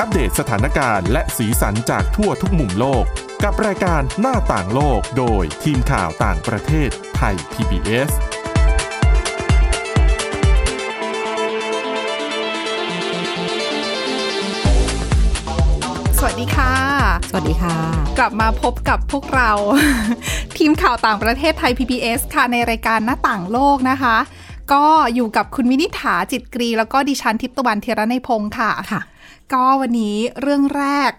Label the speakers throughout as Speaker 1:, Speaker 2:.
Speaker 1: อัปเดตสถานการณ์และสีสันจากทั่วทุกมุมโลก กับรายการหน้าต่างโลกโดยทีมข่าวต่างประเทศไทย PBS
Speaker 2: สวัสดีค่ะ
Speaker 3: สวัสดีค่ะ
Speaker 2: กลับมาพบกับพวกเรา ทีมข่าวต่างประเทศไทย PBS ค่ะ ในรายการหน้าต่างโลกนะคะ ก็อยู่กับคุณวินิษฐาจิตกรี แล้วก็ดิฉันทิพย์ตะวันเทยระในยพงค์ค่ะ
Speaker 3: ค่ะ
Speaker 2: ก็วันนี้เรื่องแรก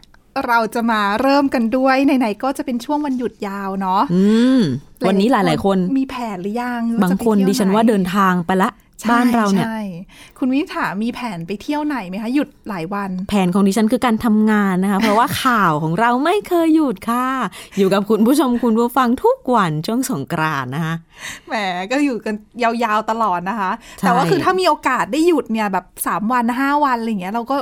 Speaker 2: เราจะมาเริ่มกันด้วยไหนๆก็จะเป็นช่วงวันหยุดยาวเนาะ
Speaker 3: อืม วันนี้หลายๆ คน
Speaker 2: มีแผนหรือยัง
Speaker 3: บางคน
Speaker 2: จะไปที่ยว
Speaker 3: ดิฉันว่า
Speaker 2: ไห
Speaker 3: เดินทางไปละ
Speaker 2: ใช่
Speaker 3: บ้านเราเนี่ย
Speaker 2: ใช่คุณวินิษฐามีแผนไปเที่ยวไหนไหมคะ หยุดหลายวัน
Speaker 3: แผนของดิฉันคือการทำงานนะคะ เพราะว่าข่าวของเราไม่เคยหยุดค่ะ อยู่กับคุณผู้ชมคุณผู้ฟังทุกวันช่วงสงกรานต์นะคะ
Speaker 2: แหมก็อยู่กันยาวๆตลอดนะคะ
Speaker 3: ใช่
Speaker 2: แต่ว่าคือถ้ามีโอกาสได้หยุดเนี่ยแบบ 3 วัน 5 วันอะไรอย่างเงี้ยเราก็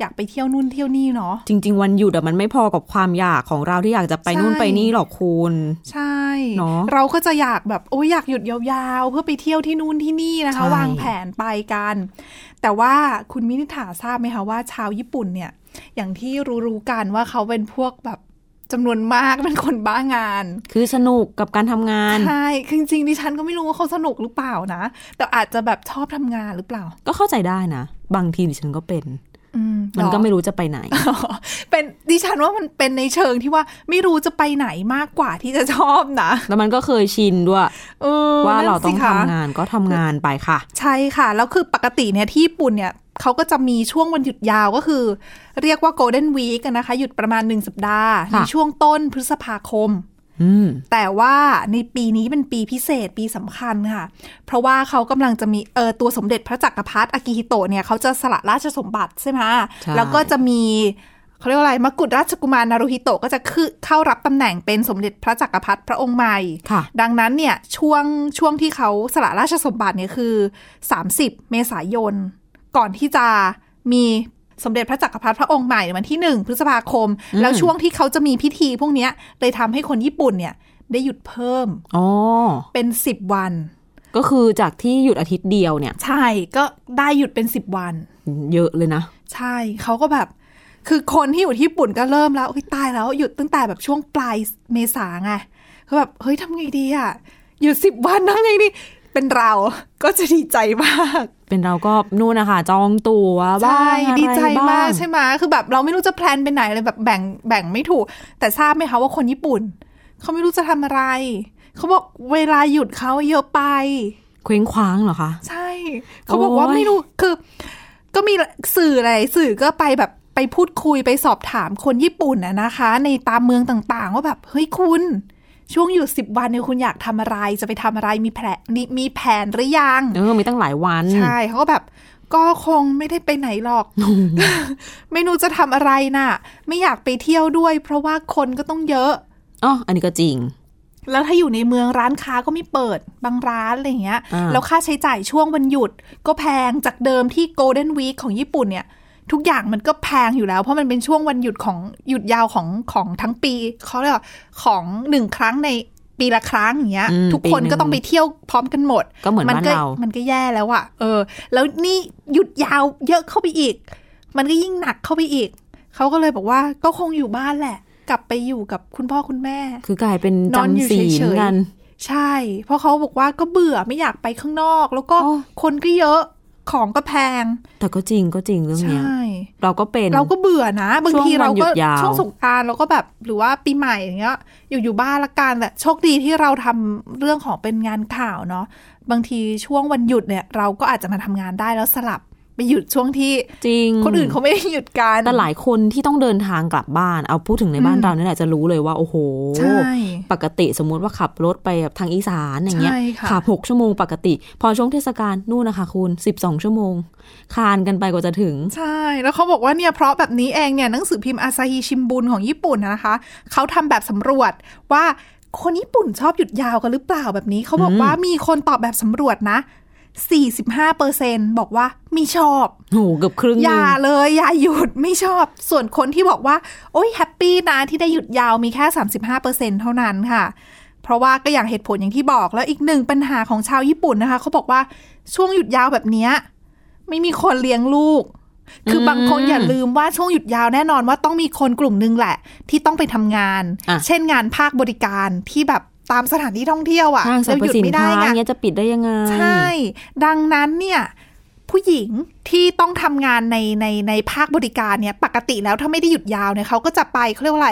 Speaker 2: อยากไปเที่ยวนู่นเที่ยวนี่เนาะ
Speaker 3: จริง ๆ วันหยุดอะมันไม่พอกับความอยากของเราที่อยากจะไปนู่น
Speaker 2: ใช่
Speaker 3: ไปนี่หรอกคุณ
Speaker 2: ใช่
Speaker 3: เนอะ
Speaker 2: เราก็จะอยากแบบโอ้ยอยากหยุดยาวๆ เพื่อไปเที่ยวที่นู่นที่นี่นะคะ
Speaker 3: ใช่
Speaker 2: วางแผนไปกัน แต่ว่าคุณมินิถาทราบไหมคะว่าชาวญี่ปุ่นเนี่ย อย่างที่รู้ๆกันว่าเขาเป็นพวกแบบจำนวนมากเป็นคนบ้างาน
Speaker 3: คือสนุกกับการทำงาน
Speaker 2: ใช่คือจริงๆดิฉันก็ไม่รู้ว่าเขาสนุกหรือเปล่านะ แต่อาจจะแบบชอบทำงานหรือเปล่า
Speaker 3: ก็เข้าใจได้นะ บางทีดิฉันก็เป็น
Speaker 2: อื
Speaker 3: มัน
Speaker 2: ห
Speaker 3: ก็
Speaker 2: รอ
Speaker 3: ไม่รู้จะไปไหน
Speaker 2: อ๋อ เป็นดิฉันว่ามันเป็นในเชิงที่ว่าไม่รู้จะไปไหนมากกว่าที่จะชอบนะ
Speaker 3: แล้วมันก็เคยชินด้วย
Speaker 2: เออ
Speaker 3: ว่าเรา
Speaker 2: นั่น
Speaker 3: ต้
Speaker 2: สิ
Speaker 3: อง
Speaker 2: คะ
Speaker 3: ทำงานก็ทำงานไปค่ะ
Speaker 2: ใช่ค่ะ แล้วคือปกติเนี่ยที่ญี่ปุ่นเนี่ยเขาก็จะมีช่วงวันหยุดยาวก็คือ เรียกว่า Golden Week อะนะคะ หยุดประมาณหนึ่งสัปดาห์ใน
Speaker 3: ค่ะ
Speaker 2: ช่วงต้นพฤษภาคม
Speaker 3: อืม
Speaker 2: แต่ว่าในปีนี้เป็นปีพิเศษปีสำคัญค่ะ เพราะว่าเขากำลังจะมีเออตัวสมเด็จพระจักรพรรดิอากิฮิโตะเนี่ยเขาจะสละราชสมบัติใช่ไหม
Speaker 3: ใช่
Speaker 2: แล้วก็จะมีเขาเรียกว่าอะไรมกุฎราชกุมารนารุฮิโตะก็จะคือเข้ารับตำแหน่งเป็นสมเด็จพระจักรพรรดิพระองค์ใหม่
Speaker 3: ค่ะ
Speaker 2: ดังนั้นเนี่ยช่วงช่วงที่เขาสละราชสมบัติเนี่ยคือ 30 เมษายน ก่อนที่จะมีสมเด็จพระจักรพรรดิพระองค์ใหม่วันที่หนึ่งพฤษภาคม
Speaker 3: อืม
Speaker 2: แล้วช่วงที่เขาจะมีพิธีพวกเนี้ยเลยทำให้คนญี่ปุ่นเนี่ยได้หยุดเพิ่ม
Speaker 3: อ๋อ
Speaker 2: เป็น 10 วัน
Speaker 3: ก็คือจากที่หยุดอาทิตย์เดียวเนี่ย
Speaker 2: ใช่ก็ได้หยุดเป็น 10 วัน
Speaker 3: เยอะเลยนะ
Speaker 2: ใช่เขาก็แบบ คือคนที่อยู่ที่ญี่ปุ่นก็เริ่มแล้วเฮ้ยตายแล้วหยุดตั้งแต่แบบช่วงปลายเมษาไงคือแบบเฮ้ยทำไงดีอะหยุดสิบวันทำไงดี เป็นเราก็จะดีใจมาก
Speaker 3: เป็นเราก็นู่นนะคะจองตั๋วบ้างอะไร
Speaker 2: ดีใจมาก
Speaker 3: บ้ง
Speaker 2: ใช่ไหมคือแบบเราไม่รู้จะแพลนไปไหนเลยแบบแบ่งแบ่งไม่ถูก แต่ทราบไหมคะว่าคนญี่ปุ่นเขาไม่รู้จะทำอะไรเขาบอกเวลาหยุดเขาเยอะไป
Speaker 3: เคว้งคว้างเหรอคะ
Speaker 2: ใช่ เขาบอกว่า
Speaker 3: โอ้ย
Speaker 2: ไม่รู้คือ ก็มีสื่ออะไรสื่อก็ไปแบบไปพูดคุยไปสอบถามคนญี่ปุ่นนะนะคะ ในตามเมืองต่างๆ ว่าแบบ เฮ้ยคุณ ช่วงหยุดสิบวันเนี่ยคุณอยากทำอะไรจะไปทำอะไรมีแผนมีมีแผนหรือยัง
Speaker 3: เออมีตั้งหลายวัน
Speaker 2: ใช่เขาก็แบบ ก็คงไม่ได้ไปไหนหรอก ไม่รู้จะทำอะไรน่ะ ไม่อยากไปเที่ยวด้วย เพราะว่าคนก็ต้องเยอะ
Speaker 3: อ๋อ อันนี้ก็จริง
Speaker 2: แล้วถ้าอยู่ในเมืองร้านค้าก็ไม่เปิดบางร้านอะไรอย่างเงี้ย
Speaker 3: อ่า
Speaker 2: แล้วค่าใช้จ่ายช่วงวันหยุด ก็แพงจากเดิมที่ Golden Week ของญี่ปุ่นเนี่ย ทุกอย่างมันก็แพงอยู่แล้ว เพราะมันเป็นช่วงวันหยุดของหยุดยาวของของทั้งปีเขาเรียกว่าของหนึ่งครั้งในปีละครั้งอย่างเงี้ย
Speaker 3: อืม
Speaker 2: ทุกคน
Speaker 3: ปีหนึ่ง
Speaker 2: ก็ต้องไปเที่ยวพร้อมกันหมด
Speaker 3: ก็เหมือน
Speaker 2: มั
Speaker 3: บ้าน
Speaker 2: ก็
Speaker 3: เรา
Speaker 2: มันก็แย่แล้วอะเออ แล้วนี่หยุดยาวเยอะเข้าไปอีก มันก็ยิ่งหนักเข้าไปอีกเขาก็เลยบอกว่าก็คงอยู่บ้านแหละ กลับไปอยู่กับคุณพ่อคุณแม่
Speaker 3: คือกลายเป็น
Speaker 2: นอนอยู่
Speaker 3: จำศี
Speaker 2: เฉ
Speaker 3: ล
Speaker 2: ยๆ
Speaker 3: กัน
Speaker 2: ใช่ เพราะเขาบอกว่าก็เบื่อไม่อยากไปข้างนอก แล้วก็
Speaker 3: โอ้
Speaker 2: คนก็เยอะของก็แพง
Speaker 3: แต่ก็จริงก็จริงเรื่อง
Speaker 2: ใช
Speaker 3: เนี้ย่ เราก็เป็น
Speaker 2: เราก็เบื่อนะ บางที
Speaker 3: ช่วงวัน
Speaker 2: เราก็
Speaker 3: หยุดยาว
Speaker 2: ช่วงสงกรารเราก็แบบหรือว่าปีใหม่อย่างเงี้ย อยู่อยู่บ้านละกันแต่โชคดีที่เราทำเรื่องของเป็นงานข่าวเนาะบางทีช่วงวันหยุดเนี่ย เราก็อาจจะมาทำงานได้แล้วสลับไปหยุดช่วงที่
Speaker 3: จริง
Speaker 2: คนอื่นเขาไม่ได้หยุดกัน
Speaker 3: แต่หลายคนที่ต้องเดินทางกลับบ้าน เอาพูดถึงในบ้าน
Speaker 2: อืม
Speaker 3: เราเนี่ยแหละจะรู้เลยว่า โอ้โห
Speaker 2: ใช่
Speaker 3: ปกติสมมุติว่าขับรถไปแบบทางอีสานอย่างเงี้ย
Speaker 2: ใช่ค่ะ
Speaker 3: ขับหกชั่วโมงปกติ พอช่วงเทศกาลนู่นนะคะคุณสิบสองชั่วโมง คานกันไปกว่าจะถึง
Speaker 2: ใช่ แล้วเขาบอกว่าเนี่ยเพราะแบบนี้เองเนี่ยหนังสือพิมพ์อาซาฮิชิมบุนของญี่ปุ่นน่ะนะคะ เขาทำแบบสำรวจว่าคนญี่ปุ่นชอบหยุดยาวกันหรือเปล่าแบบนี้เขาบอก
Speaker 3: อืม
Speaker 2: ว่ามีคนตอบแบบสำรวจนะ 45เปอร์เซนบอกว่าไม่ชอบ
Speaker 3: โอ้โหเกือบครึ่งห
Speaker 2: อ
Speaker 3: นึ
Speaker 2: ย่าง เลยอย่าหยุดไม่ชอบ ส่วนคนที่บอกว่า โอ๊ยแฮปปี้นะที่ได้หยุดยาวมีแค่ 35เปอร์เซ็นเท่านั้นค่ะ เพราะว่าก็อย่างเหตุผลอย่างที่บอกแล้วอีกหนึ่งปัญหาของชาวญี่ปุ่นนะคะเขาบอกว่าช่วงหยุดยาวแบบเนี้ยไม่มีคนเลี้ยงลูก คือบางคนอย่าลืมว่าช่วงหยุดยาวแน่นอนว่าต้องมีคนกลุ่มหนึงแหละ ที่ต้องไปทำงาน
Speaker 3: อ่ะ
Speaker 2: เช่นงานภาคบริการที่แบบตามสถานที่ท่องเที่ยวอ่ะ
Speaker 3: ห้างสร
Speaker 2: เราห
Speaker 3: รพ
Speaker 2: ยุด
Speaker 3: สิน
Speaker 2: ไม่ได้
Speaker 3: ค้า
Speaker 2: ไง
Speaker 3: เงี้ยจะปิดได้ยังไง
Speaker 2: ใช่ ดังนั้นเนี่ยผู้หญิงที่ต้องทำงานในในในภาคบริการเนี่ยปกติแล้วถ้าไม่ได้หยุดยาวเนี่ยเขาก็จะไปเขาเรียกว่าอะไร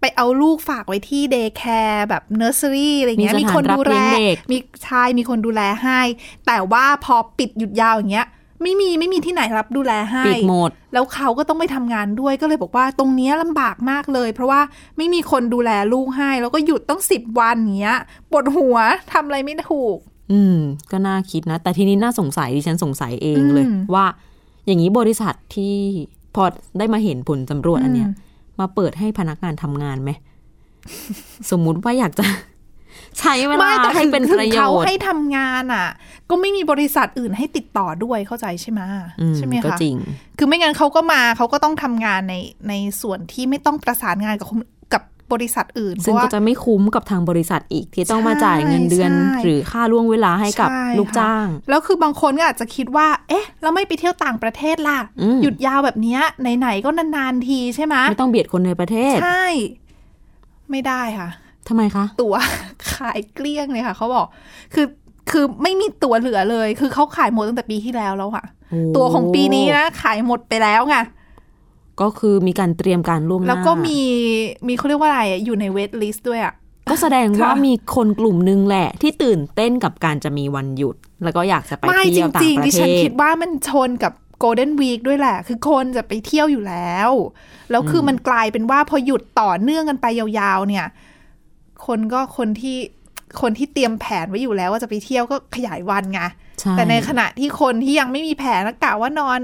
Speaker 2: ไปเอาลูกฝากไว้ที่เดย์แคร์แบบเนอร์เซอรี่อะไรเงี้ย
Speaker 3: มีสถาน
Speaker 2: คดูแล
Speaker 3: รับเลี้ยงเด็ก
Speaker 2: มีใชายมีคนดูแลให้ แต่ว่าพอปิดหยุดยาวอย่างเงี้ย ไม่มีไม่มีที่ไหนรับดูแลให้
Speaker 3: ปิดหมด
Speaker 2: แล้วเขาก็ต้องไปทำงานด้วยก็เลยบอกว่าตรงเนี้ยลำบากมากเลย เพราะว่าไม่มีคนดูแลลูกให้ แล้วก็หยุดต้องสิบวันอย่างเงี้ยปวดหัวทำอะไรไม่ถูก
Speaker 3: อืม ก็น่าคิดนะ แต่ทีนี้น่าสงสัยดิฉันสงสัยเองเลย
Speaker 2: อืม
Speaker 3: ว่า อย่างนี้บริษัทที่พอได้มาเห็นผลสำรวจอันเนี้ย มาเปิดให้พนักงานทำงานไหม สมมุติว่าอยากจะ ใช้เวลา
Speaker 2: ไม่แต่
Speaker 3: ให้เป็น
Speaker 2: ถึง
Speaker 3: ประโย
Speaker 2: เขา
Speaker 3: ชน์
Speaker 2: ให้ทำงานอ่ะ ก็ไม่มีบริษัทอื่นให้ติดต่อด้วยเข้าใจใช่ไหม
Speaker 3: อืม
Speaker 2: ใช่ไหม
Speaker 3: ก็
Speaker 2: คะ
Speaker 3: จริง
Speaker 2: คือไม่งั้นเขาก็มาเขาก็ต้องทำงานในในส่วนที่ไม่ต้องประสานงานกับคนกับบริษัทอื่น
Speaker 3: ซึ่ง
Speaker 2: เพราะ
Speaker 3: ก็
Speaker 2: ว่า
Speaker 3: จะไม่คุ้มกับทางบริษัทอีกที่ต้องมาจ่ายเงินเดือน
Speaker 2: ใช่
Speaker 3: หรือค่าล่วงเวลาให้กับ
Speaker 2: ใช่
Speaker 3: ลูก
Speaker 2: ค่ะ
Speaker 3: จ้าง
Speaker 2: แล้วคือบางคนก็อาจจะคิดว่า เอ๊ะ เราไม่ไปเที่ยวต่างประเทศล่ะ
Speaker 3: อืม
Speaker 2: หยุดยาวแบบเนี้ยไหนๆก็นานๆทีใช่ไหม
Speaker 3: ไม่ต้องเบียดคนในประเทศ
Speaker 2: ใช่ ไม่ได้ค่ะ
Speaker 3: ทำไมคะ
Speaker 2: ตั๋ว ขายเกลี้ยงเลยค่ะเขาบอก คือคือไม่มีตั๋วเหลือเลย คือเขาขายหมดตั้งแต่ปีที่แล้วแล้วค่ะ
Speaker 3: โอ้
Speaker 2: ตั๋วของปีนี้นะขายหมดไปแล้วไง
Speaker 3: ก็คือมีการเตรียมการล่วงหน้า
Speaker 2: แล้วก็มีมีเขาเรียกว่าอะไรอะอยู่ในเวทลิสต์ด้วยอะ
Speaker 3: ก็แสดงว่า
Speaker 2: ค่ะ
Speaker 3: มีคนกลุ่มหนึงแหละ ที่ตื่นเต้นกับการจะมีวันหยุด แล้วก็อยากจะไป
Speaker 2: ไม่จ
Speaker 3: เที่ยวต่า
Speaker 2: ริ
Speaker 3: ง
Speaker 2: ง
Speaker 3: ป
Speaker 2: ๆดิ
Speaker 3: ระเท
Speaker 2: ฉัน
Speaker 3: ศ
Speaker 2: คิดว่ามันชนกับโกลเด้นวีคด้วยแหละ คือคนจะไปเที่ยวอยู่แล้ว แล้วคือมันกลายเป็นว่าพอหยุดต่อเนื่องกันไปยาวๆ เนี่ย คนก็คนที่คนที่เตรียมแผนไว้อยู่แล้วว่าจะไปเที่ยวก็ขยายวันไง
Speaker 3: ใช่
Speaker 2: แต่ในขณะที่คนที่ยังไม่มีแผนแล้วกะว่านอน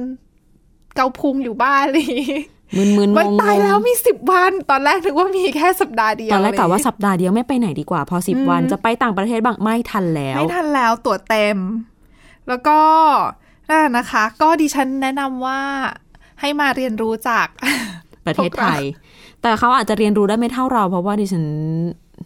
Speaker 2: เกาพุงอยู่บ้านอะไรอย่างงี้
Speaker 3: มึนๆงง
Speaker 2: มัน
Speaker 3: ๆ
Speaker 2: ตายแล้วมีสิบวัน ตอนแรกนึกว่ามีแค่สัปดาห์เดียว
Speaker 3: ตอนแรกกะว่า
Speaker 2: ะไ
Speaker 3: สัปดาห์เดียวไม่ไปไหนดีกว่า พอสิบ
Speaker 2: อืม
Speaker 3: วันจะไปต่างประเทศบ้างไม่ทันแล้
Speaker 2: อย่าว งงี้ไม่ทันแล้วตั๋วเต็ม แล้วก็นั่นแหละนะคะ ก็ดิฉันแนะนำว่าให้มาเรียนรู้จาก
Speaker 3: ประเทศไทย แต่เขาอาจจะเรียนรู้ได้ไม่เท่าเรา เพราะว่าดิฉัน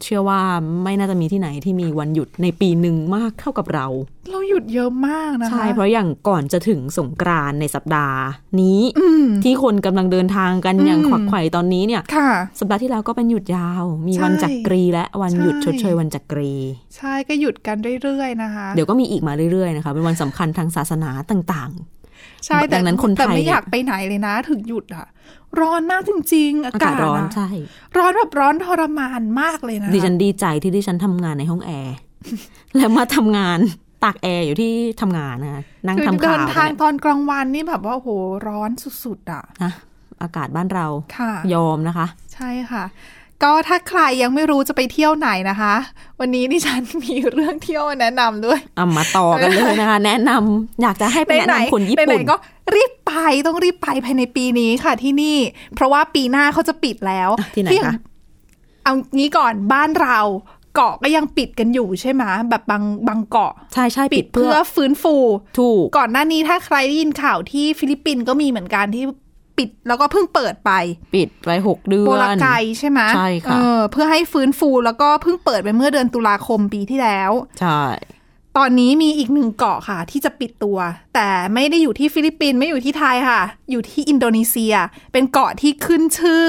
Speaker 3: เชื่อว่าไม่น่าจะมีที่ไหนที่มีวันหยุดในปีหนึ่งมากเท่ากับเรา
Speaker 2: เราหยุดเยอะมากนะคะ
Speaker 3: ใช่ เพราะอย่างก่อนจะถึงสงกรานต์ในสัปดาห์นี้
Speaker 2: อืม
Speaker 3: ที่คนกำลังเดินทางกันอย่าง
Speaker 2: อืม
Speaker 3: ขวักไขว่ตอนนี้เนี่ย
Speaker 2: ค่ะ
Speaker 3: สัปดาห์ที่แล้วก็เป็นหยุดยาว มีวัน
Speaker 2: ใช่
Speaker 3: จักรีและวันหยุด
Speaker 2: ใช่
Speaker 3: ชดเชยวันจักรี
Speaker 2: ใช่ก็หยุดกันเรื่อยๆนะคะ
Speaker 3: เดี๋ยวก็มีอีกมาเรื่อยๆนะคะ เป็นวันสำคัญทางศาสนาต่าง
Speaker 2: ใช่แต่
Speaker 3: ดังนั้นคนไทย
Speaker 2: แต่ไม่อยากไปไหนเลยนะ ถึงหยุดอะร้อนมากจริง ๆ
Speaker 3: ๆอากาก
Speaker 2: อาา
Speaker 3: ศ
Speaker 2: ศ
Speaker 3: ร้อน
Speaker 2: อะ
Speaker 3: ใช่
Speaker 2: ร้อนแบบร้อนทรมานมากเลยนะคะ
Speaker 3: ดิฉันดีใจที่ดิฉันทำงานในห้องแอร์ แล้วมาทำงานตากแอร์อยู่ที่ทำงานนะคะนั่ง
Speaker 2: คือ
Speaker 3: ทำ
Speaker 2: เดิ
Speaker 3: ข่าวน เนี่ย
Speaker 2: ทางตอนกลางวันนี่แบบว่าโหร้อนสุดๆอ่ะ
Speaker 3: นะอากาศบ้านเรา
Speaker 2: ค่ะ
Speaker 3: ยอมนะคะ
Speaker 2: ใช่ค่ะ ก็ถ้าใครยังไม่รู้จะไปเที่ยวไหนนะคะ วันนี้ดิฉันมีเรื่องเที่ยวมาแนะนำด้วย
Speaker 3: เอามาต่อกันเลยนะคะ แนะนำอยากจะให้ไปแนะ
Speaker 2: ไหน
Speaker 3: นำคน
Speaker 2: ๆ
Speaker 3: ญี่
Speaker 2: ไหน
Speaker 3: ปุ่น
Speaker 2: ๆก็รีบไปต้องรีบไปภายในปีนี้ค่ะที่นี่ เพราะว่าปีหน้าเขาจะปิดแล้ว
Speaker 3: อ่ะที่ไหน
Speaker 2: อย่าง
Speaker 3: คะ
Speaker 2: เอางี้ก่อนบ้านเราเกาะก็ยังปิดกันอยู่ใช่ไหมแบบบางบางเกาะ
Speaker 3: ใช่ใช่
Speaker 2: ปิ
Speaker 3: ปิ
Speaker 2: ด
Speaker 3: ด
Speaker 2: เพื่
Speaker 3: เพื่
Speaker 2: อ
Speaker 3: อ
Speaker 2: ฟื้นฟู
Speaker 3: ถูก
Speaker 2: ก่อนหน้านี้ถ้าใครได้ยินข่าวที่ฟิลิปปินส์ก็มีเหมือนกันที่ปิดแล้วก็เพิ่งเปิดไป
Speaker 3: ปิดไปหกเดือน
Speaker 2: โปรลาไกใช่ไหม
Speaker 3: ใช่ค่ะ
Speaker 2: เออเพื่อให้ฟื้นฟูแล้วก็เพิ่งเปิดไปเมื่อเดือนตุลาคมปีที่แล้ว
Speaker 3: ใช่
Speaker 2: ตอนนี้มีอีกหนึ่งเกาะค่ะ ที่จะปิดตัว แต่ไม่ได้อยู่ที่ฟิลิปปินส์ไม่อยู่ที่ไทยค่ะ อยู่ที่อินโดนีเซีย เป็นเกาะที่ขึ้นชื่อ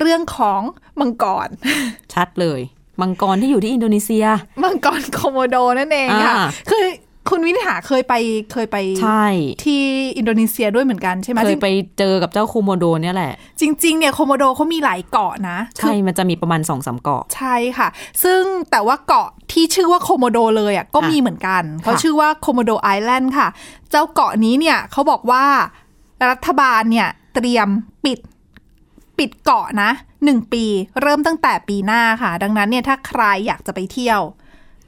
Speaker 2: เรื่องของมังกร
Speaker 3: ชัดเลย มังกรที่อยู่ที่อินโดนีเซีย
Speaker 2: มังกรโคโมโดนั่นเองค่ะ
Speaker 3: อ่า
Speaker 2: คือคุณวินิหาเคยไปเคยไป
Speaker 3: ใช่
Speaker 2: ที่อินโดนีเซียด้วยเหมือนกันใช่ไหม
Speaker 3: เคยไปเจอกับเจ้าคูโมโดเนี่ยแหละ
Speaker 2: จริงจริงๆเนี่ยโคโมโดเขามีหลายเกาะนะคือ
Speaker 3: ใช่ มันจะมีประมาณสองสามเกาะ
Speaker 2: ใช่ค่ะ ซึ่งแต่ว่าเกาะที่ชื่อว่าโคโมโดเลยอ่ะก็
Speaker 3: อ่ะ
Speaker 2: มีเหมือนกัน เขา
Speaker 3: ค่ะ
Speaker 2: ชื่อว่าโคโมโดไอแลนด์ค่ะ เจ้าเกาะนี้เนี่ยเขาบอกว่ารัฐบาลเนี่ยเตรียมปิดปิดเกาะนะหนึ่งปี เริ่มตั้งแต่ปีหน้าค่ะ ดังนั้นเนี่ยถ้าใครอยากจะไปเที่ยว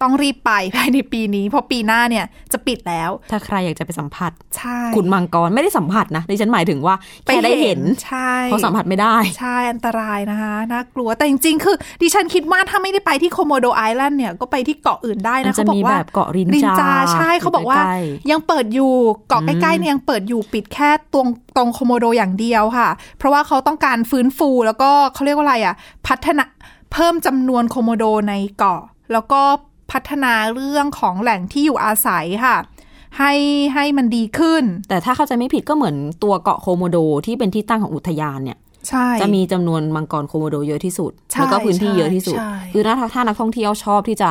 Speaker 2: ต้องรีบไป ภายในปีนี้ เพราะปีหน้าเนี่ยจะปิดแล้ว
Speaker 3: ถ้าใครอยากจะไปสัมผัส
Speaker 2: ใช่
Speaker 3: คุณมังกรไม่ได้สัมผัสนะดิฉันหมายถึงว่า
Speaker 2: ป
Speaker 3: แค่ได้เห็น
Speaker 2: ใช่
Speaker 3: เพราะสัมผัสไม่ได้
Speaker 2: ใช่ อันตรายนะคะน่ากลัวแต่จริงๆ คือ ดิฉันคิดว่าถ้าไม่ได้ไปที่โคโมโดไอแลนด์เนี่ย ก็ไปที่เกาะอื่นได้
Speaker 3: มั
Speaker 2: นะ
Speaker 3: นจะ
Speaker 2: เขาบอ
Speaker 3: มี
Speaker 2: กว่า
Speaker 3: แบบเกาะรินจา
Speaker 2: รินจาใช่เขาบอกว่า
Speaker 3: ใกล้
Speaker 2: ยังเปิดอยู่เกาะใกล้ๆเนี่ยยังเปิดอยู่ปิดแค่ตรงตรงโคโมโดอย่างเดียวค่ะ เพราะว่าเขาต้องการฟื้นฟูแล้วก็เขาเรียกว่าอะไรอ่ะ พัฒนาเพิ่มจำนวนโคโมโดในเกาะ แล้วก็พัฒนาเรื่องของแหล่งที่อยู่อาศัยค่ะ ให้ให้มันดีขึ้น
Speaker 3: แต่ถ้าเข้าใจไม่ผิดก็เหมือนตัวเกาะโคโมโดที่เป็นที่ตั้งของอุทยานเนี่ย
Speaker 2: ใช่
Speaker 3: จะมีจำนวนมังกรโคโมโดเยอะที่สุด
Speaker 2: ใช่
Speaker 3: แล้วก็พื้นที่เยอะที่สุด
Speaker 2: ใช่
Speaker 3: คือถ้าถ้านักท่องเที่ยวชอบที่จะ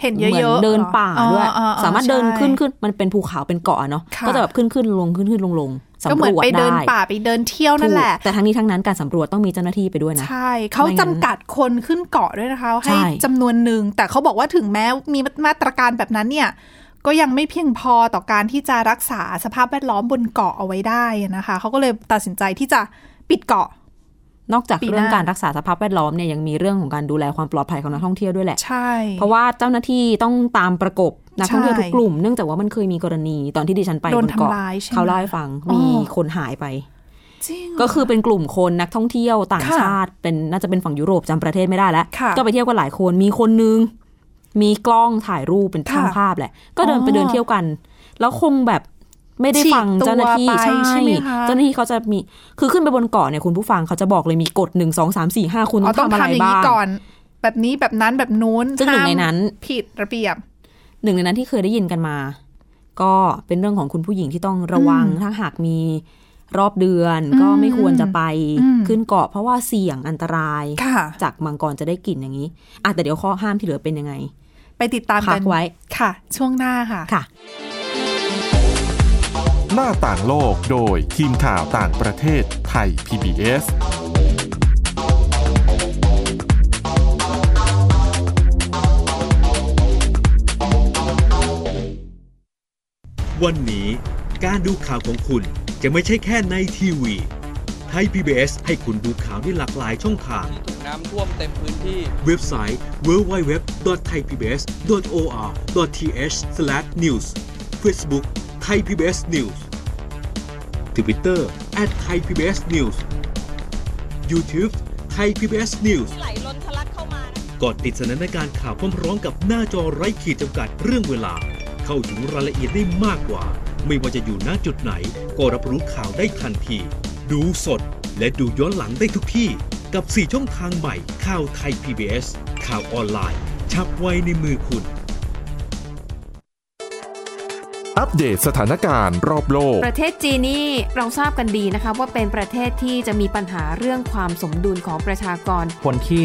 Speaker 2: เห็นเย
Speaker 3: เหมื
Speaker 2: อะ
Speaker 3: น
Speaker 2: ๆ
Speaker 3: เดิน
Speaker 2: หรอ
Speaker 3: ป่า
Speaker 2: อ๋อ
Speaker 3: ด้วย
Speaker 2: อ๋ออ๋อ
Speaker 3: สามารถเดิน
Speaker 2: ใช่
Speaker 3: ขึ้นขึ้นมันเป็นภูเขาเป็นเกาะอะเนาะ
Speaker 2: ค่ะ
Speaker 3: ก็จะแบบขึ้นขึ้นลงขึ้นขึ้นลงลงสำรวจได้
Speaker 2: ก็เหมือนไปเดินป่าไปเดินเที่ยวนั่นแหละ
Speaker 3: ถูกแต่ทั้งนี้ทั้งนั้นการสำรวจต้องมีเจ้าหน้าที่ไปด้วยนะ
Speaker 2: ใช่ เขาจำกัดคนขึ้นเกาะด้วยนะคะ ให้
Speaker 3: ใช่
Speaker 2: จำนวนหนึ่ง แต่เขาบอกว่าถึงแม้มีมาตรการแบบนั้นเนี่ย ก็ยังไม่เพียงพอต่อการที่จะรักษาสภาพแวดล้อมบนเกาะเอาไว้ได้นะคะ เขาก็เลยตัดสินใจที่จะปิดเกาะ
Speaker 3: นอกจาก
Speaker 2: ปีหน้า
Speaker 3: เรื่องการรักษาสภาพแวดล้อมเนี่ยยังมีเรื่องของการดูแลความปลอดภัยของนักท่องเที่ยวด้วยแหละ
Speaker 2: ใช่
Speaker 3: เพราะว่าเจ้าหน้าที่ต้องตามประกบนักท่องเที่ยว
Speaker 2: ใช่
Speaker 3: ทุกกลุ่ม เนื่องจากว่ามันเคยมีกรณีตอนที่ดิฉันไป
Speaker 2: โดน
Speaker 3: บนเกาะ
Speaker 2: ทำร้ายใช่ไหม
Speaker 3: เขาเล่าให้ฟัง
Speaker 2: อ๋อ
Speaker 3: มีคนหายไป
Speaker 2: จริง
Speaker 3: ก็คือเป็นกลุ่มคนนักท่องเที่ยวต่าง
Speaker 2: ค่ะ
Speaker 3: ชาติ เป็นน่าจะเป็นฝั่งยุโรปจำประเทศไม่ได้แล้ว
Speaker 2: ค่ะ
Speaker 3: ก็ไปเที่ยวกันหลายคนมีคนนึง มีกล้องถ่ายรูปเป็น
Speaker 2: ค่ะ
Speaker 3: ช่างภาพแหละ ก็เดิน
Speaker 2: อ๋อ
Speaker 3: ไปเดินเที่ยวกัน แล้วคงแบบไม่ได้
Speaker 2: ฉีก
Speaker 3: ฟังเจ้าหน้าที่
Speaker 2: ตัวไปใช่ไหมคะ
Speaker 3: เจ้าหน้าที่เขาจะมีคือขึ้นไปบนเกาะเนี่ยคุณผู้ฟังเขาจะบอกเลยมีกฎหนึ่งสองสามสี่ห้าคุณ
Speaker 2: อ๋อ
Speaker 3: ต้
Speaker 2: ต้
Speaker 3: อ
Speaker 2: อง ง
Speaker 3: ทำอะ
Speaker 2: ทำ
Speaker 3: ไร
Speaker 2: อย่าง
Speaker 3: บ้า
Speaker 2: นี้
Speaker 3: ง
Speaker 2: ก่อน แบบนี้แบบนั้นแบบนู้น
Speaker 3: ซึ่งหนึ่งในนั้น
Speaker 2: ห้ามผิดระเบียบ
Speaker 3: หนึ่งในนั้นที่เคยได้ยินกันมา ก็เป็นเรื่องของคุณผู้หญิงที่ต้องระวัง ถ้าหากมีรอบเดือน ก็ไม่ควรจะไป
Speaker 2: อืม
Speaker 3: ขึ้นเกาะ เพราะว่าเสี่ยงอันตราย
Speaker 2: ค่ะ
Speaker 3: จากมังกรจะได้กลิ่นอย่างนี้อ่ะแต่เดี๋ยวข้อห้ามที่เหลือเป็นยังไง
Speaker 2: ไปติดตาม
Speaker 3: พั
Speaker 2: กั
Speaker 3: ก
Speaker 2: น
Speaker 3: ไว้
Speaker 2: ค่ะ ช่วงหน้าค่ะ
Speaker 3: ค่ะ
Speaker 1: หน้าต่างโลกโดยทีมข่าวต่างประเทศไทย PBS
Speaker 4: วันนี้การดูข่าวของคุณจะไม่ใช่แค่ในทีวีไทย PBS ให้คุณดูข่าวได้หลากหลายช่องทาง
Speaker 5: ที่ถูกน้ำท่วมเต็มพื้นที่
Speaker 4: เว็บไซต์ www.thaipbs.or.th/news Facebook Thai PBS News Twitter @thaipbsnews YouTube Thai PBS News
Speaker 6: ไหลล้นทะลักเข้ามา
Speaker 4: ก่อนติดสนันการข่าวพร้อมร้องกับหน้าจอไร้ขีดจำกัดเรื่องเวลา เข้าถึงรายละเอียดได้มากกว่า ไม่ว่าจะอยู่ณจุดไหน ก็รับรู้ข่าวได้ทันที ดูสดและดูย้อนหลังได้ทุกที่ กับ 4 ช่องทางใหม่ ข่าวไทย PBS ข่าวออนไลน์ ชับไว้ในมือคุณ
Speaker 1: อัปเดตสถานการณ์รอบโลก
Speaker 7: ประเทศจีนนี่เราทราบกันดีนะคะว่าเป็นประเทศที่จะมีปัญหาเรื่องความสมดุลของประชากร
Speaker 8: คนที่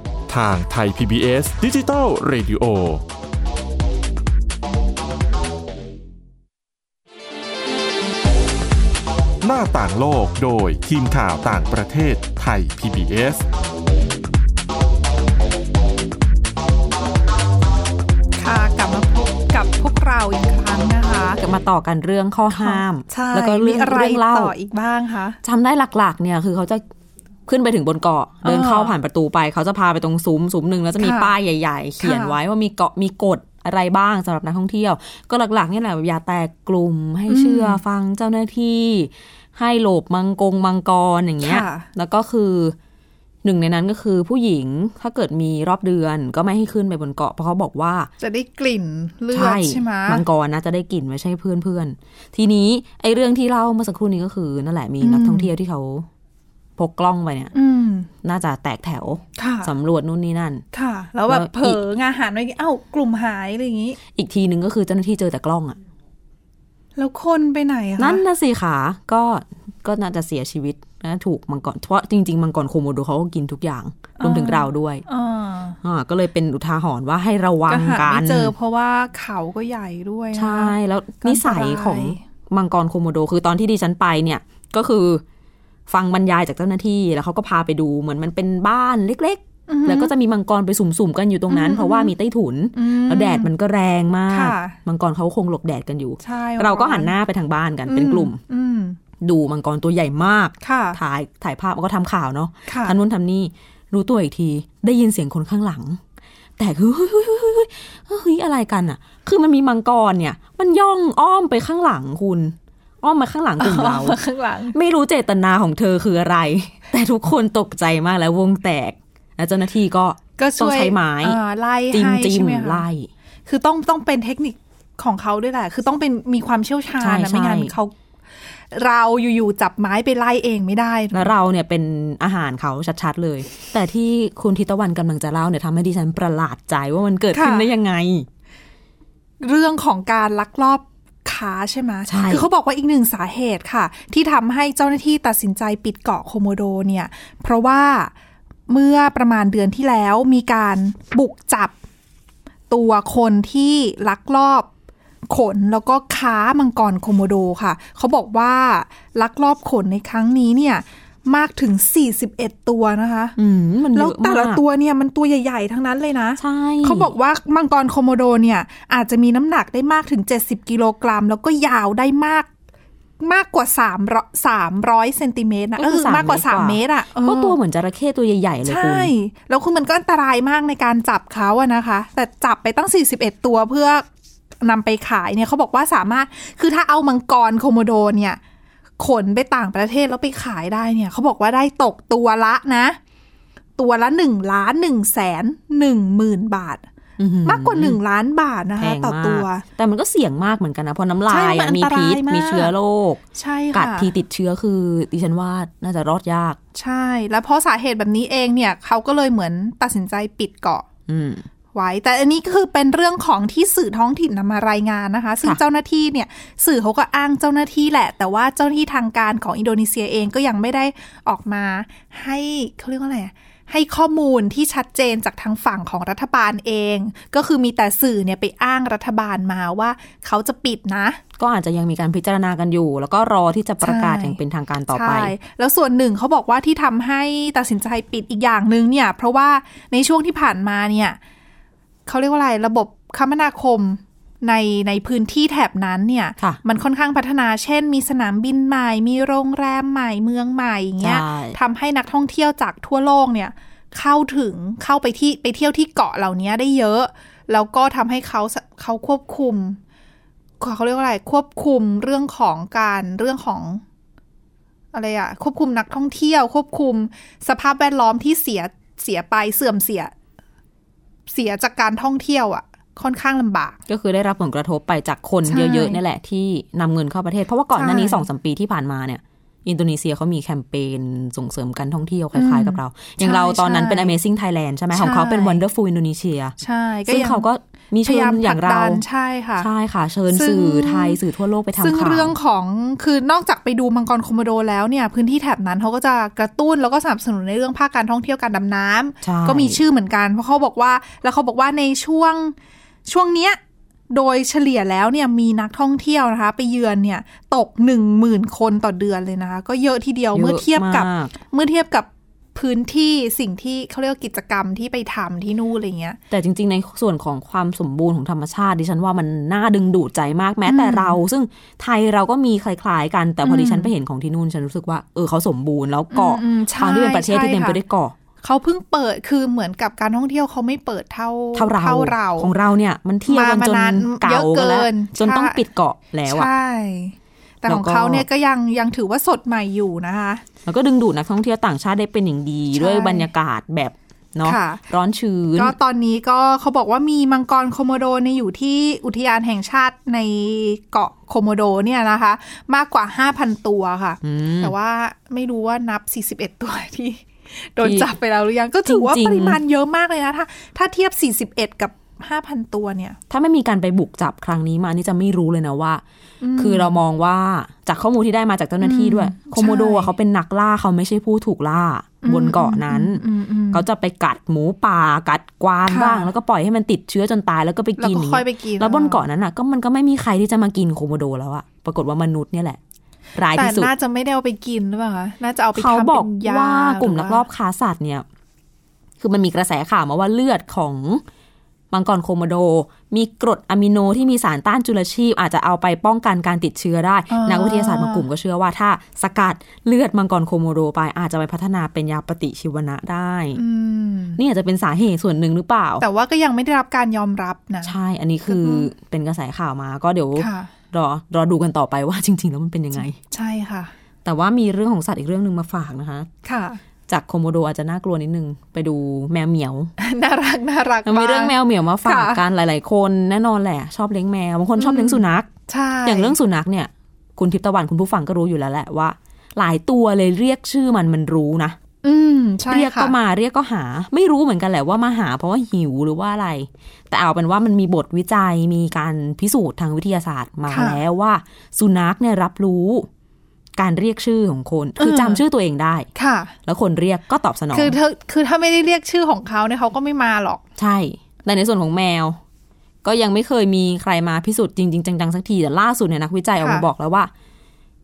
Speaker 1: ทางไทย PBS ดิจิตอล Radio หน้าต่างโลกโดยทีมข่าวต่างประเทศไทย PBS
Speaker 2: ค่ะกลับมาพบกับพวกเราอีกครั้งนะคะ
Speaker 3: กลับมาต่อกันเรื่องข้อห้าม
Speaker 2: ใช่
Speaker 3: แล้วก็เรื่อง
Speaker 2: มีอะไร
Speaker 3: เรื่องเล่า
Speaker 2: ต่ออีกบ้างคะ
Speaker 3: จำได้หลักๆ เนี่ยคือเขาจะขึ้นไปถึงบนเกาะ เดินเข้าผ่านประตูไป เขาจะพาไปตรงซุ้มซุ้มหนึ่งแล้วจะมี
Speaker 2: ค่ะ
Speaker 3: ป้ายใหญ่ ๆ เขียน
Speaker 2: ค่ะ
Speaker 3: ไว้ว่ามีเกาะมีกฎอะไรบ้างสำหรับนักท่องเที่ยว ก็หลักๆเนี่ยแหละอย่าแตกกลุ่มให้เชื่ออฟังเจ้าหน้าที่ ให้หลบมังกงมังกรอย่างเงี้ย
Speaker 2: ค่ะ
Speaker 3: แล้วก็คือหนึ่งในนั้นก็คือผู้หญิงถ้าเกิดมีรอบเดือนก็ไม่ให้ขึ้นไปบนเกาะเพราะเขาบอกว่า
Speaker 2: จะได้กลิ่นเลือดใช่ไหม
Speaker 3: มังกรนะจะได้กลิ่นไม่ใช่เพื่อนเพื่อนๆทีนี้ไอ้เรื่องที่เล่าเมื่อสักครู่นี้ก็คือนั่นแหละมีนัก
Speaker 2: อืม
Speaker 3: ท่องเที่ยวที่เขาพกกล้องไปเนี่ย
Speaker 2: อืม
Speaker 3: น่าจะแตกแถว
Speaker 2: ค่ะ
Speaker 3: สำรวจนู่นนี่นั่น
Speaker 2: ค่ะ แล้วแบบ
Speaker 3: แล้วอีก
Speaker 2: เผลองาหารไว้เอ้ากลุ่มหายอะไรอย่างนี้
Speaker 3: อีกทีหนึ่งก็คือเจ้าหน้าที่เจอแต่กล้องอ่ะ
Speaker 2: แล้วคนไปไหนอะคะ
Speaker 3: นั่นนะสิขาก็ก็น่าจะเสียชีวิตนะถูกมังกรเพราะจริง ๆ มังกรโคโมโดเขาก็กินทุกอย่างรวมถึงเราด้วย
Speaker 2: อ่า
Speaker 3: อ่าก็เลยเป็นอุทาหรณ์ว่าให้ระวั
Speaker 2: ก็
Speaker 3: ง
Speaker 2: หา
Speaker 3: กั
Speaker 2: ไม่
Speaker 3: น
Speaker 2: เจอเพราะว่าเขาก็ใหญ่ด้วยนะคะ
Speaker 3: ใช่ แล้วนิสัยของมังกรโคโมโดคือตอนที่ดิฉันไปเนี่ย ก็คือฟังบรรยายจากเจ้าหน้าที่แล้วเขาก็พาไปดูเหมือนมันเป็นบ้านเล็ก ๆ แล้วก็จะมีมังกรไปสุ่มๆกันอยู่ตรงนั้น เพราะว่ามีใต้ถุน
Speaker 2: อืม
Speaker 3: แล้วแดดมันก็แรงมาก
Speaker 2: ค่ะ
Speaker 3: มังกรเขาคงหลบแดดกันอยู่
Speaker 2: ใช่
Speaker 3: เราก็หันหน้าไปทางบ้านกันเป็นกลุ่ม
Speaker 2: อืม
Speaker 3: ดูมังกรตัวใหญ่มาก
Speaker 2: ค่ะ
Speaker 3: ถ่ายถ่ายภาพแล้วก็ทำข่าวเนาะ
Speaker 2: ค่ะ
Speaker 3: ทำนู่นทำนี่รู้ตัวอีกที ได้ยินเสียงคนข้างหลัง แต่คือเฮ้ยเฮ้ยเฮ้ยเฮ้ยเฮ้ยเฮ้ยอะไรกันอ่ะ คือมันมีมังกรเนี่ย มันย่องอ้อมไปข้างหลังคุณ อ้อมมาข้างหลังกลุ่มเรา
Speaker 2: อ๋อข้างหลัง
Speaker 3: ไม่รู้เจตนาของเธอคืออะไร แต่ทุกคนตกใจมากแล้ววงแตก แล้วเจ้าหน้าที่ก็
Speaker 2: ก็
Speaker 3: ต้อ
Speaker 2: ช่
Speaker 3: ง
Speaker 2: วย
Speaker 3: ใช้ไม้
Speaker 2: อ่าไล่
Speaker 3: จิ้ม
Speaker 2: ให้
Speaker 3: จิ้
Speaker 2: ใช่
Speaker 3: ม
Speaker 2: ไหมคะ
Speaker 3: ไล่
Speaker 2: คือต้องต้องเป็นเทคนิคของเขาด้วยแหละ คือต้องเป็นมีความเชี่ยวชา
Speaker 3: ใช่
Speaker 2: ญนะไม่
Speaker 3: ใช่
Speaker 2: งั้นเขา เราอยู่ๆจับไม้ไปไล่เองไม่ได้
Speaker 3: แล้วเราเนี่ยเป็นอาหารเขาชัดๆเลย แต่ที่คุณทิตวันกำลังจะเล่าเนี่ยทำให้ดิฉันประหลาดใจว่ามันเกิดขึ้นได้ยังไง
Speaker 2: เรื่องของการลักลอบค้าใช่ไหม
Speaker 3: ใช่
Speaker 2: คือเขาบอกว่าอีกหนึ่งสาเหตุค่ะ ที่ทำให้เจ้าหน้าที่ตัดสินใจปิดเกาะโคโมโดเนี่ย เพราะว่าเมื่อประมาณเดือนที่แล้วมีการบุกจับตัวคนที่ลักลอบ ขนแล้วก็ค้ามังกรโคโมโดค่ะ เขาบอกว่าลักลอบขนในครั้งนี้เนี่ย มากถึง 41 ตัวนะคะ
Speaker 3: อืมมัน
Speaker 2: แล้ว
Speaker 3: เยอ
Speaker 2: แต่ละ
Speaker 3: มาก
Speaker 2: ตัวเนี่ยมันตัวใหญ่ ๆ ทั้งนั้นเลยนะ
Speaker 3: ใช่
Speaker 2: เขาบอกว่ามังกรโคโมโดเนี่ย อาจจะมีน้ำหนักได้มากถึง 70 กิโลกรัม แล้วก็ยาวได้มากมากกว่า3 0 0เซนติเมตรนะเออมากกว่า 3 เมตรอ่ะเออ
Speaker 3: ก็ตัวเหมือนจระเข้ตัวใหญ่ๆเลย
Speaker 2: ใช่
Speaker 3: คุณ
Speaker 2: แล้วคือมันก็อันตรายมากในการจับเขาอะนะคะ แต่จับไปตั้ง 41 ตัวเพื่อนำไปขายเนี่ยเขาบอกว่าสามารถคือถ้าเอามังกรโคโมโดเนี่ยขนไปต่างประเทศแล้วไปขายได้เนี่ยเขาบอกว่าได้ตกตัวละนะ ตัวละหนึ่งล้านหนึ่งแสนหนึ่งหมื่นบาท
Speaker 3: อื้อหือ
Speaker 2: มากกว่าหนึ่งล้านบาทนะคะ
Speaker 3: แพง
Speaker 2: ต่อ
Speaker 3: มาก
Speaker 2: ตัว
Speaker 3: แต่มันก็เสี่ยงมากเหมือนกันนะเพราะน้ำ
Speaker 2: ใช่
Speaker 3: ลาย
Speaker 2: มัน
Speaker 3: อะ
Speaker 2: อัน
Speaker 3: มี
Speaker 2: ตรา
Speaker 3: พิษ
Speaker 2: ยมาก
Speaker 3: มีเชื้อโรค
Speaker 2: ใช่ค่ะ
Speaker 3: กัดทีติดเชื้อคือดิฉันว่าน่าจะรอดยาก
Speaker 2: ใช่ แล้วเพราะสาเหตุแบบนี้เองเนี่ยเขาก็เลยเหมือนตัดสินใจปิดเกาะ
Speaker 3: อืม
Speaker 2: ไว้แต่อันนี้คือเป็นเรื่องของที่สื่อท้องถิ่นนำมารายงานนะคะ ซึ่ง
Speaker 3: ค่ะ
Speaker 2: เจ้าหน้าที่เนี่ย สื่อเขาก็อ้างเจ้าหน้าที่แหละ แต่ว่าเจ้าหน้าที่ทางการของอินโดนีเซียเองก็ยังไม่ได้ออกมาให้เขาเรียกว่าอะไรอะให้ข้อมูลที่ชัดเจนจากทางฝั่งของรัฐบาลเอง ก็คือมีแต่สื่อเนี่ยไปอ้างรัฐบาลมาว่าเขาจะปิดนะ
Speaker 3: ก็อาจจะยังมีการพิจารณากันอยู่ แล้วก็รอที่จะประกาศ
Speaker 2: ใช่
Speaker 3: อย่างเป็นทางการต่อไป
Speaker 2: ใช่ แล้วส่วนหนึ่งเขาบอกว่าที่ทำให้ตัดสินใจปิดอีกอย่างหนึ่งเนี่ย เพราะว่าในช่วงที่ผ่านมาเนี่ยเขาเรียกว่าอะไรระบบคมนาคมในในพื้นที่แถบนั้นเนี่ย
Speaker 3: ค่ะ
Speaker 2: มันค่อนข้างพัฒนาเช่น มีสนามบินใหม่ มีโรงแรมใหม่เมืองใหม่อย่างเงี้ย
Speaker 3: ใช่
Speaker 2: ทำให้นักท่องเที่ยวจากทั่วโลกเนี่ยเข้าถึงเข้าไปที่ไปเที่ยวที่เกาะเหล่านี้ได้เยอะ แล้วก็ทำให้เขาสเขาควบคุมเขาเรียกว่าอะไร ควบคุมเรื่องของการเรื่องของอะไรอะควบคุมนักท่องเที่ยว ควบคุมสภาพแวดล้อมที่เสียเสียไปเสื่อมเสีย เสียจากการท่องเที่ยวอะค่อนข้างลำบาก
Speaker 3: ก็คือได้รับผลกระทบไปจากคน
Speaker 2: ใช่
Speaker 3: เยอะๆนี่แหละที่นำเงินเข้าประเทศ เพราะว่าก่อนหน้านี้
Speaker 2: ใช่
Speaker 3: สองสมปีที่ผ่านมาเนี่ย อินโดนีเซียเขามีแคมเปญส่งเสริมการท่องเที่ยวคล้ายๆกับเรา อย่างเราตอนนั้นเป็น Amazing Thailand ใช่ไหมของเขาเป็น
Speaker 2: ใช่
Speaker 3: Wonderful Indonesia
Speaker 2: ใช่ก็
Speaker 3: ซึ่ง
Speaker 2: ยัง
Speaker 3: เขาก็มี
Speaker 2: พ
Speaker 3: เชิ
Speaker 2: ยายา
Speaker 3: ญ
Speaker 2: มผลั
Speaker 3: อย่าง
Speaker 2: ก
Speaker 3: เรา
Speaker 2: ดันใช่ค่ะ
Speaker 3: ใช่ค่ะ เชิญ
Speaker 2: ซึ่ง
Speaker 3: สื่อไทยสื่อทั่วโลกไปทำ
Speaker 2: ซึ่ง
Speaker 3: ข่าว
Speaker 2: เรื่องของคือนอกจากไปดูมังกรโคโมโดแล้วเนี่ย พื้นที่แถบนั้นเขาก็จะกระตุ้นแล้วก็สนับสนุนในเรื่องภาคการท่องเที่ยวการดำน้
Speaker 3: ใช่
Speaker 2: ำก็มีชื่อเหมือนกัน เพราะเขาบอกว่าแล้วเขาบอกว่าในช่วงช่วงเนี้ยโดยเฉลี่ยแล้วเนี่ยมีนักท่องเที่ยวนะคะ ไปเยือนเนี่ยตกหนึ่งหมื่นคนต่อเดือนเลยนะคะ ก็เยอะทีเดียวเมื่อเทียบกับ
Speaker 3: อะมาก
Speaker 2: เมื่อเทียบกับพื้นที่สิ่งที่เขาเรียกว่ากิจกรรมที่ไปทำที่นู่นอะไรเงี้ย
Speaker 3: แต่จริง ๆ ในส่วนของความสมบูรณ์ของธรรมชาติดิฉันว่ามันน่าดึงดูดใจมากแม้แต่เรา ซึ่งไทยเราก็มีคล้ายๆ กันแต่พออ
Speaker 2: ม
Speaker 3: ดิฉันไปเห็นของที่นู่นฉันรู้สึกว่าเออเขาสมบูรณ์แล้วเกาะ
Speaker 2: อืมอืมใช่
Speaker 3: ความที่เป็นประเทศที่เต็ม
Speaker 2: ใช่
Speaker 3: ไป
Speaker 2: ค่ะ
Speaker 3: ด้วยเกาะ
Speaker 2: เขาเพิ่งเปิดคือเหมือนกับการท่องเที่ยวเขาไม่เปิดเท่า
Speaker 3: เท่าเรา
Speaker 2: เรา
Speaker 3: ของเราเนี่ยมันเที่ยวกัน
Speaker 2: มา
Speaker 3: จน
Speaker 2: มานาน
Speaker 3: เก่า
Speaker 2: เยอะเกิ
Speaker 3: กัน
Speaker 2: น
Speaker 3: แล้วจนต้อง
Speaker 2: ใช่
Speaker 3: ปิดเกาะแล้วอะ
Speaker 2: ใช่ แต่
Speaker 3: แล้
Speaker 2: ข
Speaker 3: ว
Speaker 2: อง
Speaker 3: ก็
Speaker 2: เขาเนี่ยก็ยังยังถือว่าสดใหม่อยู่นะคะ
Speaker 3: แล้วก็ดึงดูดนักท่องเที่ยวต่างชาติได้เป็นอย่างดี
Speaker 2: ใช่
Speaker 3: ด้วยบรรยากาศแบบเนาะ
Speaker 2: ค่ะ
Speaker 3: ร้อนชื้น
Speaker 2: ก็ตอนนี้ก็เขาบอกว่ามีมังกรโคโมโดในยอยู่ที่อุทยานแห่งชาติในเกาะโคโมโดเนี่ยนะคะ มากกว่า 5,000 ตัวค่ะ แต่ว่าไม่รู้ว่านับ 41 ตัวที่ โดน
Speaker 3: ที่
Speaker 2: จับไปแล้วหรือยัง ก็ถือว่า
Speaker 3: จริงๆ
Speaker 2: ปริมาณเยอะมากเลยนะ ถ้าถ้าเทียบ 41 กับ 5,000 ตัวเนี่ย
Speaker 3: ถ้าไม่มีการไปบุกจับครั้งนี้มานี่จะไม่รู้เลยนะว่า คือเรามองว่าจากข้อมูลที่ได้มาจากเจ้าหน้าที่ด้วย โคโมโดอะเขาเป็นนักล่าเขาไม่ใช่ผู้ถูกล่า บนเกาะนั้น เขาจะไปกัดหมูป่ากัดกวาง
Speaker 2: ค่ะ
Speaker 3: บ้าง แล้วก็ปล่อยให้มันติดเชื้อจนตายแล้วก็ไปกิน
Speaker 2: แล้วก็ค่อยไปกิน
Speaker 3: แล้วบนเกาะนั้นอ่ะก็มันก็ไม่มีใครที่จะมากินโคโมโดแล้วอะปรากฏว่ามนุษย์เนี่ยแหละร้าย
Speaker 2: แต่
Speaker 3: ที่สุด
Speaker 2: น่าจะไม่ได้เอาไปกินหรือเปล่าคะน่าจะเอาไป
Speaker 3: เขา
Speaker 2: ทำ
Speaker 3: บ
Speaker 2: เป็
Speaker 3: อก
Speaker 2: นยา
Speaker 3: ว่ากลุ่ม
Speaker 2: ห
Speaker 3: ลักลอบค้าสัตว์เนี่ย คือมันมีกระแสข่าวมาว่าเลือดของมังกรโคโมโด มีกรดอะมิโนที่มีสารต้านจุลชีพ อาจจะเอาไปป้องกันการติดเชื้อได้ นักวิทยาศาสตร์บางกลุ่มก็เชื่อว่าถ้าสกัดเลือดมังกรโคโมโดไปอาจจะไปพัฒนาเป็นยาปฏิชีวนะได้
Speaker 2: อืม
Speaker 3: นี่อาจจะเป็นสาเหตุส่วนหนึ่งหรือเปล่า
Speaker 2: แต่ว่าก็ยังไม่ได้รับการยอมรับนะ
Speaker 3: ใช่ อันนี้คือเป็นกระแสข่าวมา ก็เดี๋ยว
Speaker 2: ค่ะ
Speaker 3: รอรอดูกันต่อไปว่าจริง ๆ แล้วมันเป็นยังไง
Speaker 2: ใช่ค่ะ
Speaker 3: แต่ว่ามีเรื่องของสัตว์อีกเรื่องหนึ่งมาฝากนะคะ
Speaker 2: ค่ะ
Speaker 3: จากโคโมโดอาจจะน่ากลัวนิดนึง ไปดูแมว เหมียว
Speaker 2: น่ารักน่ารัก
Speaker 3: มันมีเรื่องแมวเหมียวมาฝาก
Speaker 2: ค่ะ
Speaker 3: กันหลาย ๆ คนแน่นอนแหละ ชอบเลี้ยงแมวบางคนชอบเลี้ยงสุนัข
Speaker 2: ใช่
Speaker 3: อย่างเรื่องสุนัขเนี่ย คุณทิพย์ตะวันคุณผู้ฟังก็รู้อยู่แล้วแหละว่า หลายตัวเลยเรียกชื่อมันมันรู้นะ
Speaker 2: อืมใช่
Speaker 3: เรียก
Speaker 2: ค่ะ
Speaker 3: ก็มาเรียกก็หา ไม่รู้เหมือนกันแหละว่ามาหาเพราะว่าหิวหรือว่าอะไร แต่เอาเป็นว่ามันมีบทวิจัยมีการพิสูจน์ทางวิทยาศาสตร์มาแล้วว่า สุนัขเนี่ยรับรู้ การเรียกชื่อของคน คือจำชื่อตัวเองได้
Speaker 2: ค่ะ
Speaker 3: แล้วคนเรียกก็ตอบสนอง
Speaker 2: คือเธอคือถ้าไม่ได้เรียกชื่อของเขาเนี่ยเขาก็ไม่มาหรอก
Speaker 3: ใช่ แต่ในส่วนของแมว ก็ยังไม่เคยมีใครมาพิสูจน์จริง ๆ จัง ๆ สักที แต่ล่าสุดเนี่ยนักวิจัยออกมา
Speaker 2: ค่ะ
Speaker 3: บอกแล้วว่า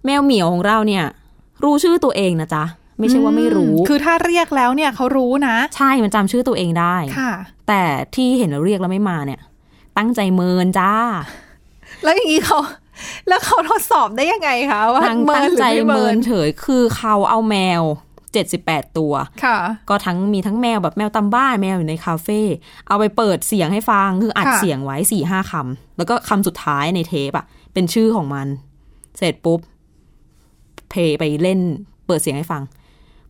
Speaker 3: แมวเหมียวของเราเนี่ย รู้ชื่อตัวเองนะจ๊ะ ไม่ใช่ว่าไม่รู้
Speaker 2: อืคือถ้าเรียกแล้วเนี่ยเขารู้นะ
Speaker 3: ใช่มันจำชื่อตัวเองได้
Speaker 2: ค่ะ
Speaker 3: แต่ที่เห็นเราเรียกแล้วไม่มาเนี่ย ตั้งใจเมินจ้า
Speaker 2: แล้วอย่างนี้เขา แล้วเขาทดสอบได้ยังไงคะว่า
Speaker 3: ทั้ง
Speaker 2: เมิ
Speaker 3: ตั้
Speaker 2: น
Speaker 3: ง
Speaker 2: หรือ
Speaker 3: ใจ
Speaker 2: ไม่
Speaker 3: เมิ
Speaker 2: เมิน
Speaker 3: นเฉย คือเขาเอาแมว 78 ตัว
Speaker 2: ค่ะ
Speaker 3: ก็ทั้งมีทั้งแมวแบบแมวตามบ้านแมวอยู่ในคาเฟ่เอาไปเปิดเสียงให้ฟังคืออัด
Speaker 2: ค่ะ
Speaker 3: เสียงไว้สี่ห้าคำแล้วก็คำสุดท้ายในเทปอะเป็นชื่อของมัน เสร็จปุ๊บ เพลย์ไปเล่น เปิดเสียงให้ฟัง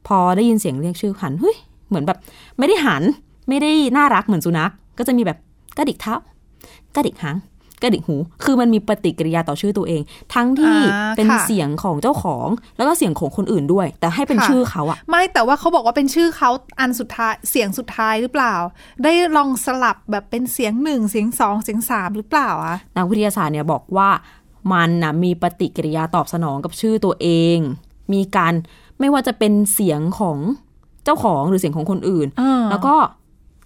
Speaker 3: พอได้ยินเสียงเรียกชื่อหันเฮ้ยเหมือนแบบ ไม่ได้หัน ไม่ได้น่ารักเหมือนสุนัขก็จะมีแบบกระดิกเท้ากระดิกหางกระดิกหู คือมันมีปฏิกิริยาต่อชื่อตัวเอง ทั้งที่
Speaker 2: อ่า
Speaker 3: เป็น
Speaker 2: ค่ะ
Speaker 3: เสียงของเจ้าของ แล้วก็เสียงของคนอื่นด้วย แต่ให้เป็น
Speaker 2: ค่ะ
Speaker 3: ชื่อเขาอะ
Speaker 2: ไม่แต่ว่าเขาบอกว่าเป็นชื่อเขาอันสุดท้ายเสียงสุดท้ายหรือเปล่า ได้ลองสลับแบบเป็นเสียงหนึ่งเสียงสองเสียงสามหรือเปล่าอะ
Speaker 3: นักวิทยาศาสตร์เนี่ยบอกว่ามันนะมีปฏิกิริยาตอบสนองกับชื่อตัวเอง มีการไม่ว่าจะเป็นเสียงของเจ้าของหรือเสียงของคนอื่น
Speaker 2: อ่า
Speaker 3: แล้วก็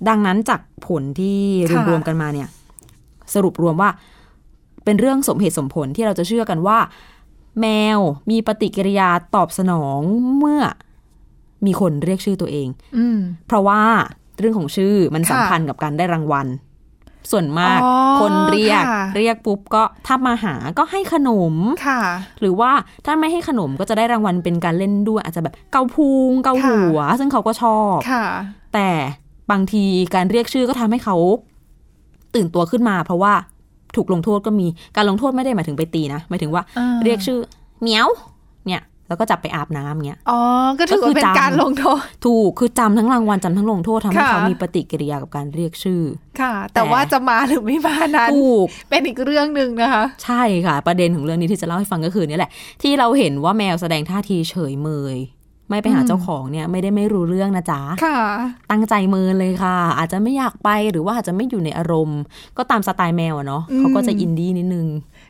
Speaker 3: ดังนั้นจากผลที่
Speaker 2: ค่ะ
Speaker 3: รวมๆกันมาเนี่ย สรุปรวมว่าเป็นเรื่องสมเหตุสมผลที่เราจะเชื่อกันว่า แมวมีปฏิกิริยาตอบสนองเมื่อมีคนเรียกชื่อตัวเอง
Speaker 2: อืม
Speaker 3: เพราะว่าเรื่องของชื่อมัน
Speaker 2: ค่ะ
Speaker 3: สัมพันธ์กับการได้รางวัล ส่วนมาก
Speaker 2: อ๋อ
Speaker 3: คนเรียก
Speaker 2: ค่ะ
Speaker 3: เรียกปุ๊บก็ถ้ามาหาก็ให้ขนม
Speaker 2: ค่ะ
Speaker 3: หรือว่าถ้าไม่ให้ขนมก็จะได้รางวัลเป็นการเล่นด้วย อาจจะแบบเกาพุงเกา
Speaker 2: ค่ะ
Speaker 3: หัว ซึ่งเขาก็ชอบ
Speaker 2: ค่ะ
Speaker 3: แต่บางทีการเรียกชื่อก็ทำให้เขาตื่นตัวขึ้นมา เพราะว่าถูกลงโทษก็มีการลงโทษไม่ได้หมายถึงไปตีนะหมายถึงว่า
Speaker 2: อ่า
Speaker 3: เรียกชื่อเหมียวเนี่ยแล้วก็จับไปอาบน้ำเงี้ย
Speaker 2: อ๋อ ก็ถือ
Speaker 3: ก็คือ
Speaker 2: ว่าเป็น
Speaker 3: จำ
Speaker 2: การลงโทษ
Speaker 3: ถูกคือจำทั้งรางวัลจำทั้งลงโทษทำให้
Speaker 2: ค่ะ
Speaker 3: เขามีปฏิกิริยากับการเรียกชื่อ
Speaker 2: ค่ะ แต่
Speaker 3: แต่
Speaker 2: ว่าจะมาหรือไม่มานั้น
Speaker 3: ถูก
Speaker 2: เป็นอีกเรื่องหนึ่งนะคะ
Speaker 3: ใช่ค่ะ ประเด็นของเรื่องนี้ที่จะเล่าให้ฟังก็คือเนี่ยแหละ ที่เราเห็นว่าแมวแสดงท่าทีเฉยเมย ไม่ไปหาเจ้าของเนี่ยไม่ได้ไม่รู้เรื่องนะจ๊ะ
Speaker 2: ค่ะ
Speaker 3: ตั้งใจเมินเลยค่ะ อาจจะไม่อยากไปหรือว่าอาจจะไม่อยู่ในอารมณ์ ก็ตามสไตล์แมวอะเนาะเขาก็จะอินดี้นิด นึง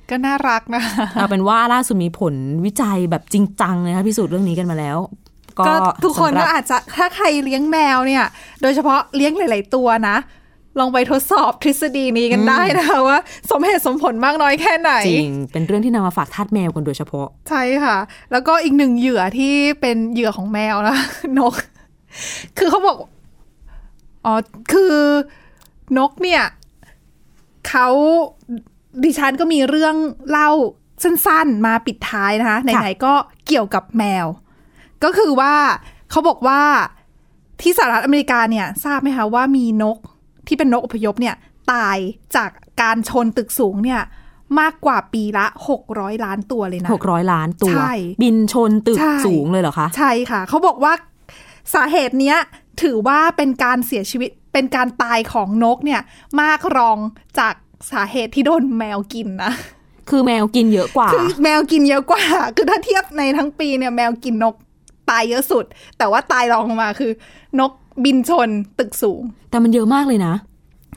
Speaker 2: ก็น่ารักนะคะ
Speaker 3: เอาเป็นว่าล่าสุดมีผลวิจัยแบบจริงจังเลยค่ะพิสูจน์เรื่องนี้กันมาแล้ว ก็
Speaker 2: ก็ทุกคน
Speaker 3: สำหรั
Speaker 2: ก็
Speaker 3: บ
Speaker 2: อาจจะถ้าใครเลี้ยงแมวเนี่ย โดยเฉพาะเลี้ยงหลาย ๆ ตัวนะ ลองไปทดสอบทฤษฎีนี้กันได้นะคะว่า สมเหตุสมผลมากน้อยแค่ไหน
Speaker 3: จริง เป็นเรื่องที่นำมาฝากทาสแมวกันโดยเฉพาะ
Speaker 2: ใช่ค่ะ แล้วก็อีกหนึ่งเหยื่อที่เป็นเหยื่อของแมวนะ นก คือเขาบอก อ๋อ คือนกเนี่ย เขาดิฉันก็มีเรื่องเล่าสั้นๆ มาปิดท้ายนะคะ ไหนๆ ก็เกี่ยวกับแมว ก็คือว่าเขาบอกว่าที่สหรัฐอเมริกาเนี่ย ทราบไหมคะว่ามีนกที่เป็นนกอพยพเนี่ย ตายจากการชนตึกสูงเนี่ย มากกว่าปีละ 600 ล้านตัวเลยนะ
Speaker 3: 600 ล้านตัว
Speaker 2: ใช่
Speaker 3: บินชนตึก
Speaker 2: ใช่
Speaker 3: สูงเลยเหรอคะ
Speaker 2: ใช่ค่ะ เขาบอกว่าสาเหตุเนี้ย ถือว่าเป็นการเสียชีวิตเป็นการตายของนกเนี่ย มากรองจากสาเหตุที่โดนแมวกินนะ
Speaker 3: คือแมวกินเยอะกว่า
Speaker 2: คือแมวกินเยอะกว่า คือถ้าเทียบในทั้งปีเนี่ยแมวกินนกตายเยอะสุด แต่ว่าตายรองลงมาคือ นกบินชนตึกสูง
Speaker 3: แต่มันเยอะมากเลยนะ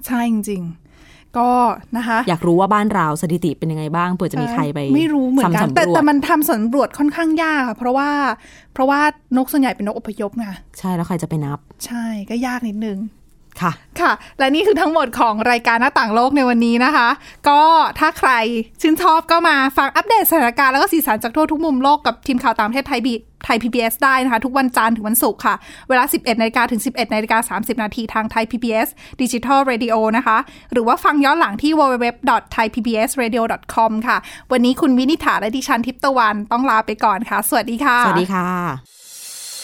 Speaker 2: ใช่จริงๆ ก็นะคะ
Speaker 3: อยากรู้ว่าบ้านเราสถิติเป็นยังไงบ้างเผื่อจะมีใครไป
Speaker 2: ไม่รู้เหมือนกัน
Speaker 3: ทำ
Speaker 2: แต่
Speaker 3: สำรวจ
Speaker 2: แต่มันทำสำรวจค่อนข้างยากค่ะ เพราะว่า เพราะว่านกส่วนใหญ่เป็นนกอพยพไง
Speaker 3: ใช่แล้วใครจะไปนับ
Speaker 2: ใช่ก็ยากนิดนึง
Speaker 3: ค่ะ
Speaker 2: ค่ะ และนี่คือทั้งหมดของรายการหน้าต่างโลกในวันนี้นะคะ ก็ถ้าใครชื่นชอบก็มาฟังอัปเดตสถานการณ์แล้วก็สีสันจากทั่วทุกมุมโลกกับทีมข่าวตามประเทศไทยบีไทย PBS ได้นะคะ ทุกวันจันทร์ถึงวันศุกร์ค่ะ เวลา 11นาฬิกาถึง 11นาฬิกา30 นาทีทางไทย PBS Digital Radio นะคะ หรือว่าฟังย้อนหลังที่ www.thaipbsradio.com ค่ะ วันนี้คุณวินิษฐาและดิฉันทิพย์ตะวันต้องลาไปก่อนค่ะ สวัสดีค่ะ
Speaker 3: สวัสดีค่ะ